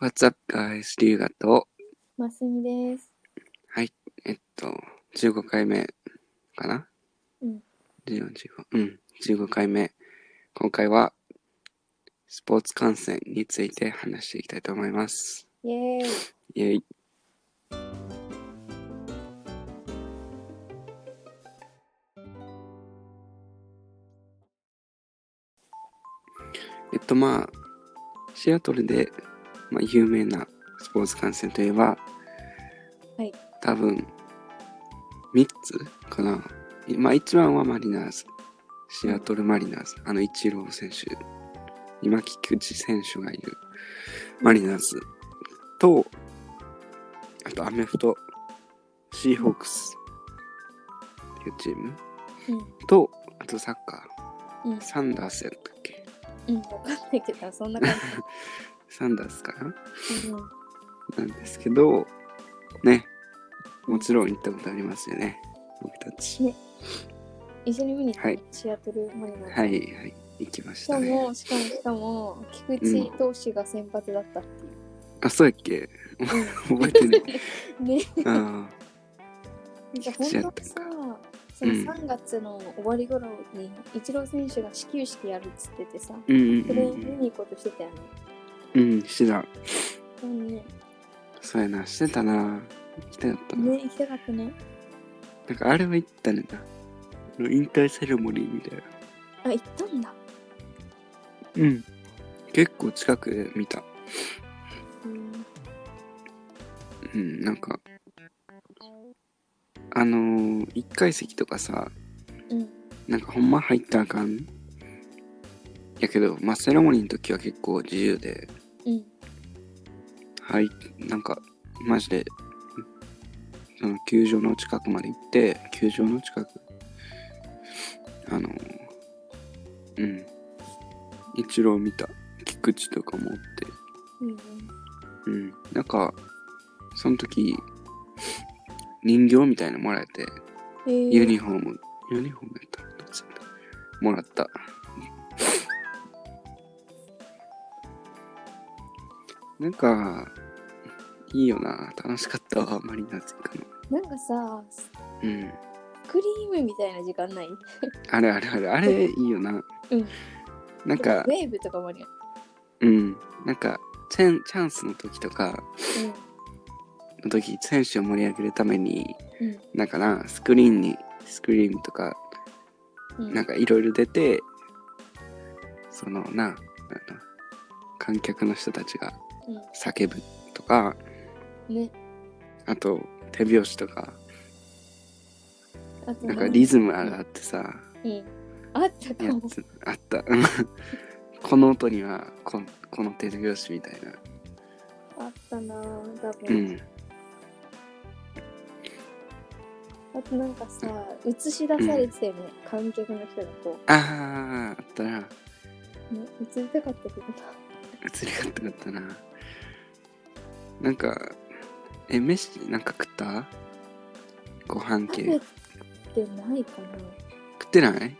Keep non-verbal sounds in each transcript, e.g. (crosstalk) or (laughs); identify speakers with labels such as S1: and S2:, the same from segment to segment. S1: What's up, guys? リュウガと、
S2: ますみです。
S1: えっと、15回目かな
S2: うん。
S1: ?14、15。うん。15回目。今回は、スポーツ観戦について話していきたいと思います。
S2: イエーイ。
S1: イェイ。えっと、まあ、シアトルで、まあ、有名なスポーツ観戦といえば、
S2: はい
S1: 多分、3つかな。まあ、一番はマリナーズ。シアトルマリナーズ。あの、イチロー選手。今木菊池選手がいるマリナーズと、あとアメフト、シーホークスっていうチームと、あとサッカ
S2: うん。うん
S1: ー、。サンダースやったっけ
S2: うん。わかんないけど、そんな感
S1: サンダースかな
S2: じ。うん。
S1: なんですけど、ね、もちろん行ったことありますよね、僕たち。
S2: 一緒に見に行った、
S1: はい
S2: シアトルマリナーズ。
S1: はい、はい、行きまし
S2: したか
S1: ね。
S2: も、しかも、しかも、菊池投手が先発だったっていう。
S1: あ、そうやっけ覚えてない。
S2: (laughs) ね。
S1: あ
S2: なんか本当はさ、その3月の終わり頃に、イチロー選手が始球式やるっつっててさ、
S1: ーうん
S2: そ
S1: うんう
S2: れ見
S1: ん
S2: に行こうとしてたよね。
S1: うん。うん、してた。
S2: うんね。
S1: そうやな、してたな。行きたかったな。
S2: ね、行きたかったね。
S1: なんかあれは行ったねんな。あの引退セレモニーみたいな。
S2: あ、行ったんだ。
S1: うん。結構近くで見た。
S2: うん。
S1: うん、なんか、あのー、一階席とかさ、
S2: うん。
S1: なんかほんま入ったらあかん。やけど、まあ、セレモニーの時は結構自由で、
S2: うん。
S1: はい、なんか、マジで、その球場の近くまで行って、球場の近く、あのー、うん、一郎見た、菊池とかもおって、
S2: うん。
S1: うん、なんか、その時、人形みたいなのもらえて、
S2: えー
S1: ユニフォーム、ユニフォームやったどっちだったもらった。なんか、いいよな。楽しかったわ、マリナーズ行くの。
S2: なんかさ、
S1: うん。
S2: クリームみたいな時間ない
S1: あれあれあれ、あれいいよな。
S2: うん。
S1: なんか
S2: ウ、ェーブとかもあるよ。
S1: うん。なんか、チェンチャンスの時とか、の時、選手を盛り上げるために、
S2: うん。
S1: なんかな、スクリーンに、スクリーンとか、
S2: うん。
S1: なんかいろいろ出て、そのな、あの観客の人たちが叫ぶとか、
S2: うん。ね。
S1: あと手拍子とか、
S2: あと
S1: なんかリズムがあってさ、
S2: うん。あったか
S1: や
S2: も。
S1: つあった。 (laughs) うんこの音にはここの手拍子みたいな。
S2: あったなぁ、多
S1: う
S2: 分。
S1: ん。
S2: あとなんかさ、映し出されてたよね。観客の人がこ
S1: ああ、あったな。
S2: う。ね、映りたかったけどな。
S1: 映りかったかったな。なんか、え、飯なんか食ったご飯
S2: 食
S1: 系。
S2: べ
S1: 食
S2: てないかな
S1: ってない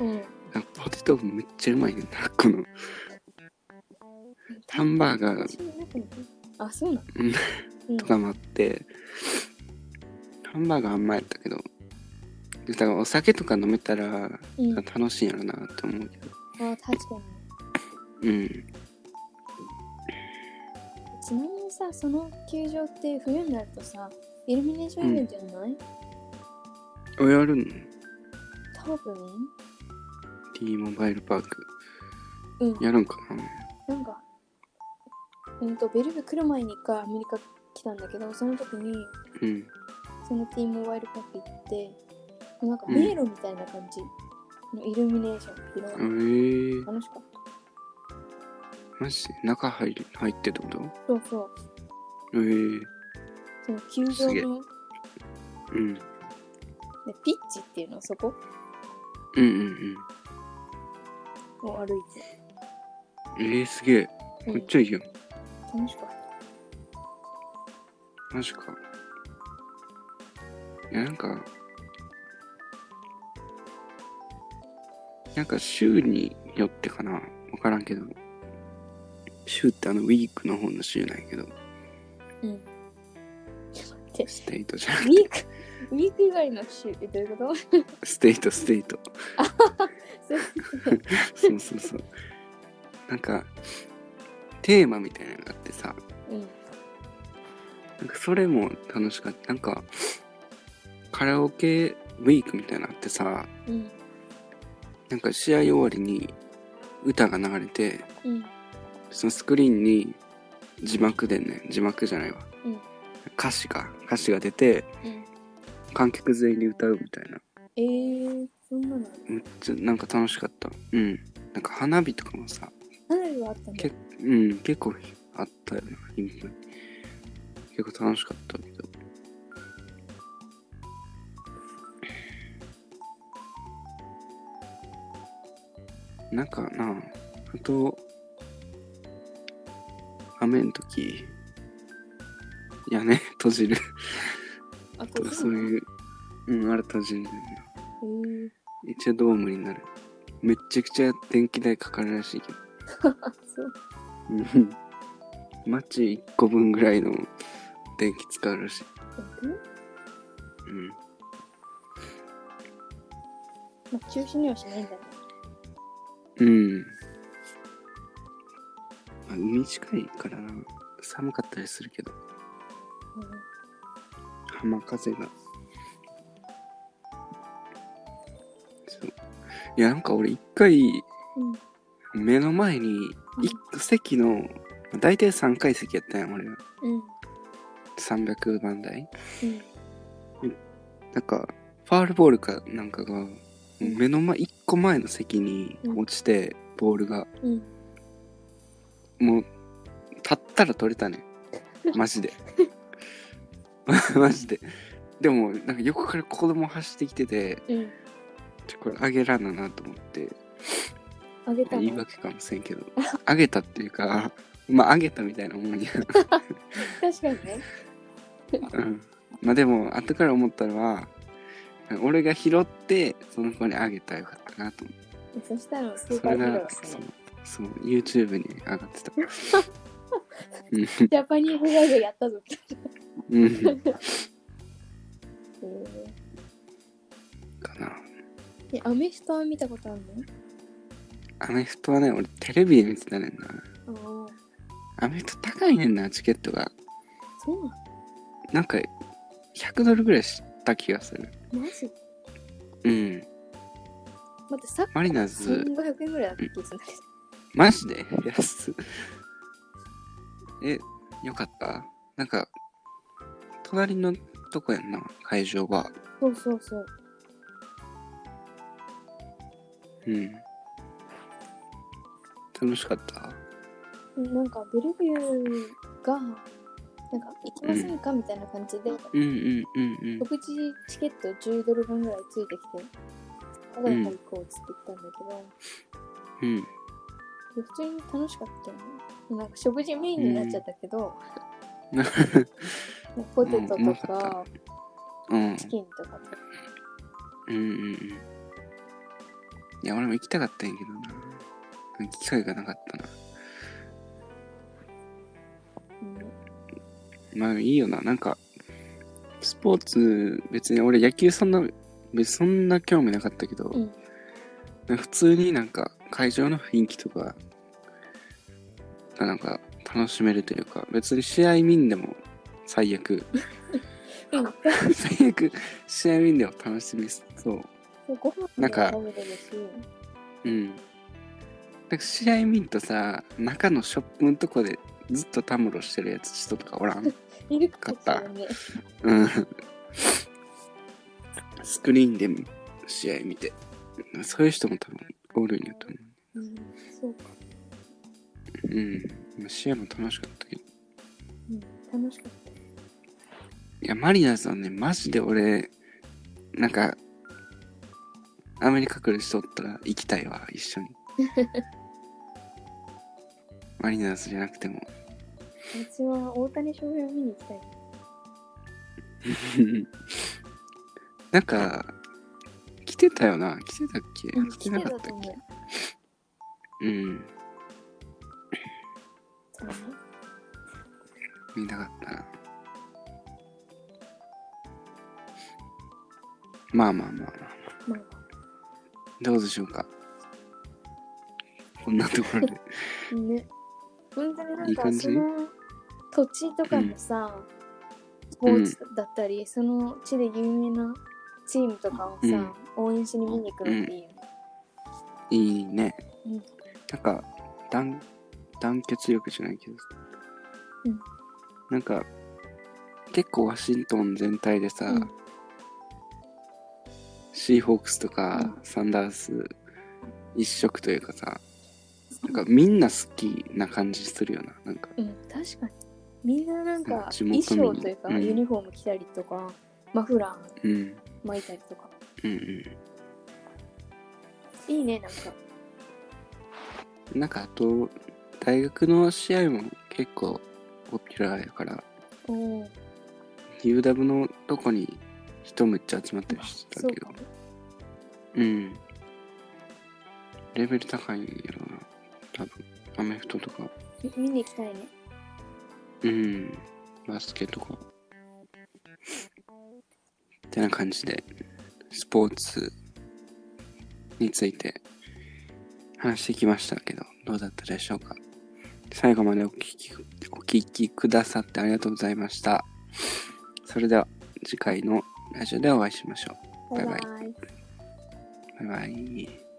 S2: うん。
S1: あポテトめっちゃうまいねんな、この。ハンバーガー
S2: 私の中にあ、そうなの
S1: うん
S2: うん
S1: と。かもあって、ハンバーガーあんまやったけど、だからお酒とか飲めたら
S2: うん。あ、
S1: 楽しいんやろなって思うけど。
S2: 確かに。
S1: うん。
S2: ちなみにさ、その球場って冬になるとさ、イルミネーションイベントやんない、
S1: おやるの
S2: 多分
S1: ?T モバイルパーク。
S2: うん。
S1: やるんかな
S2: なんか、うんと、ベルグ来る前に一回アメリカ来たんだけど、その時に、
S1: うん。
S2: その T モバイルパーク行って、なんか
S1: うん
S2: 迷路みたいな感じのイルミネーションが広
S1: ええ
S2: い
S1: ー、
S2: 楽しかった。
S1: マジで中入り入ってってこと
S2: そうそ
S1: え
S2: う。
S1: えー、
S2: その球
S1: すげえ
S2: 場の、ね、
S1: うん。
S2: ピッチっていうの、そこ
S1: うんうんうん。
S2: を歩いて。
S1: ええー、すげえ。
S2: うん、
S1: めっちゃいいよ。
S2: 楽しかった。
S1: マジか。いや、なんか、なんか州によってかな。わからんけど、週ってあのウィークの方の週なんやけど、
S2: うん。ちょっと待って、
S1: ステイトじゃな
S2: ウ
S1: く
S2: ィーク、 (laughs) ウィーク以外の週、え、どういうこと
S1: (laughs) ステイト、ステイト。 (laughs) そうそうそう。なんか、テーマみたいなのがあってさ、
S2: うん。
S1: なんかそれも楽しかった。なんか、カラオケウィークみたいなのあってさ、
S2: うん。
S1: なんか試合終わりに歌が流れて、
S2: うん。
S1: そのスクリーンに字幕でね、字幕じゃないわ。
S2: うん
S1: 歌詞か、歌詞が出て、
S2: うん。
S1: 観客全員で歌うみたいな。
S2: えー、そんなの
S1: めっちゃなんか楽しかった。うん。なんか花火とかもさ、
S2: 花火はあったんだ
S1: け。うん、結構あったよな、頻繁に結構楽しかったけど。なんかな、あと、雨の時、屋根閉じる
S2: あ
S1: と
S2: と
S1: か、そう
S2: う
S1: いう、うん、あれ閉じるんだよな。
S2: の。 (laughs) えー、
S1: 一応ドームになるめっちゃくちゃ電気代かかるらしいけど
S2: あ、そう。
S1: うん街1個分ぐらいの電気使うらしい
S2: うん
S1: うん
S2: まあ、中止にはしないんだね。
S1: うん、まあ、海近いからな寒かったりするけど浜風がそういやなんか俺一回
S2: うん。うん。
S1: 目の前に一個席の大体3階席やったんや俺
S2: うん。
S1: 300番台
S2: うん。
S1: なんか、ファールボールかなんかが、目の前、一個前の席に落ちて、ボールが、
S2: うん。
S1: もう、立ったら取れたね。マジで。 (laughs) マジで。でも、なんか横から子供走ってきてて、
S2: うん。
S1: ちょこれあげらんななと思って、
S2: あげたの
S1: 言い訳かもしれんけど、あげたっていうか、まあ、あげたみたいなもんや。
S2: 確かにね。
S1: うん。まあでも、後から思ったのは、俺が拾って、その子にあげたらよかったなと思って
S2: そしたら、スー
S1: そ
S2: パー
S1: れ
S2: ヒーロ
S1: が
S2: ーです
S1: そ
S2: ね
S1: う。そう YouTube に上がってたうん
S2: ジャパニーズガイドやったぞって。
S1: うん
S2: えー
S1: かな
S2: え、アメフトは見たことある
S1: アメフトはね俺テレビで見てたねんな
S2: のああ、
S1: アメフト高いねんなチケットが
S2: そうな
S1: なんか100ドルぐらいした気がする
S2: のマジ待
S1: うん
S2: って、サッカ
S1: マリナー
S2: ー
S1: ズ
S2: 1500円ぐらいだった気がするんだけど。
S1: マジで安っえよかったなんか隣のとこやんな会場は
S2: そうそうそう。
S1: うん楽しかった
S2: なんかブレビューがなんか行きませんかみたいな感じで
S1: うんうんうんうん
S2: 独自チケット10ドル分ぐらいついてきてただから行こうっつって言ったんだけど、
S1: うん
S2: 普通に楽しかったよねなんか食事メインになっちゃったけど、
S1: うん
S2: ポテト
S1: うんう
S2: と
S1: まか
S2: か
S1: うん
S2: チキンとか
S1: うんうんうん。いや、俺も行きたかったんやけどな。機会がなかったな。
S2: うん
S1: まあいいよな。なんか、スポーツ、別に俺野球そんな、別にそんな興味なかったけど、
S2: うん
S1: なんか普通になんか会場の雰囲気とか、がなんか楽しめるというか、別に試合見んでも最
S2: (laughs)
S1: 悪、
S2: うん
S1: 最悪、試合見んでも楽しみそう。
S2: ご飯
S1: なんか
S2: も食べれるし
S1: うん。なんか試合見るとさ、中のショップのとこでずっとたむろしてるやつ人とかおらん。
S2: いるかもしれないね
S1: うん。スクリーンで試合見て。そういう人も多分おるんやと思
S2: うんそうか、
S1: う。うん。試合も楽しかったけど。
S2: うん、楽しかった
S1: いや、マリナーズはね、マジで俺、なんか、アメリカ来る人おったら行きたいわ、一緒に。マリナーズじゃなくても。
S2: うちは大谷翔平を見に行きたい
S1: (laughs) なんか、来てたよな。来てたっけ
S2: うん
S1: 来てなかったっ
S2: 来て
S1: け
S2: たと思
S1: うん。見たかったな。まあまあまあまあ。
S2: まあ、
S1: どうでしょうか。こんなところで。
S2: ね。本当にないん
S1: い
S2: か
S1: 感じ
S2: その土地とかのさ、スポーツだったり、その地で有名なチームとかをさ、
S1: うん
S2: 応援しに見に行くのっていいよね。
S1: いいね。
S2: うん
S1: なんか団団結力じゃないけど、
S2: うん
S1: なんか結構ワシントン全体でさ、
S2: うん
S1: シーホークスとかサンダース一色というかさなんかみんな好きな感じするよななんか
S2: うん、確かに。みんななん
S1: なん
S2: か
S1: か地
S2: 衣
S1: 元民
S2: 装というか、
S1: うん
S2: ユニフォーム着たりとか、マフラ
S1: う
S2: ー
S1: んうん
S2: 巻いたりとか。
S1: うん
S2: いいね、なんか。
S1: なんかあと大学の試合も結構ポピュラーやから
S2: おー
S1: UW のとこに人めっちゃ集まったりして
S2: そ
S1: た
S2: う
S1: けど
S2: か。
S1: うん。レベル高いんやろな。多分。アメフトとか。
S2: み見に行きたいね。
S1: うん。バスケとか。ってな感じで、スポーツについて話してきましたけど、どうだったでしょうか。最後までお聞き、お聞きくださってありがとうございました。それでは、次回のラジオでお会いしましょう。バイバイ
S2: バイバイ
S1: バイバイ。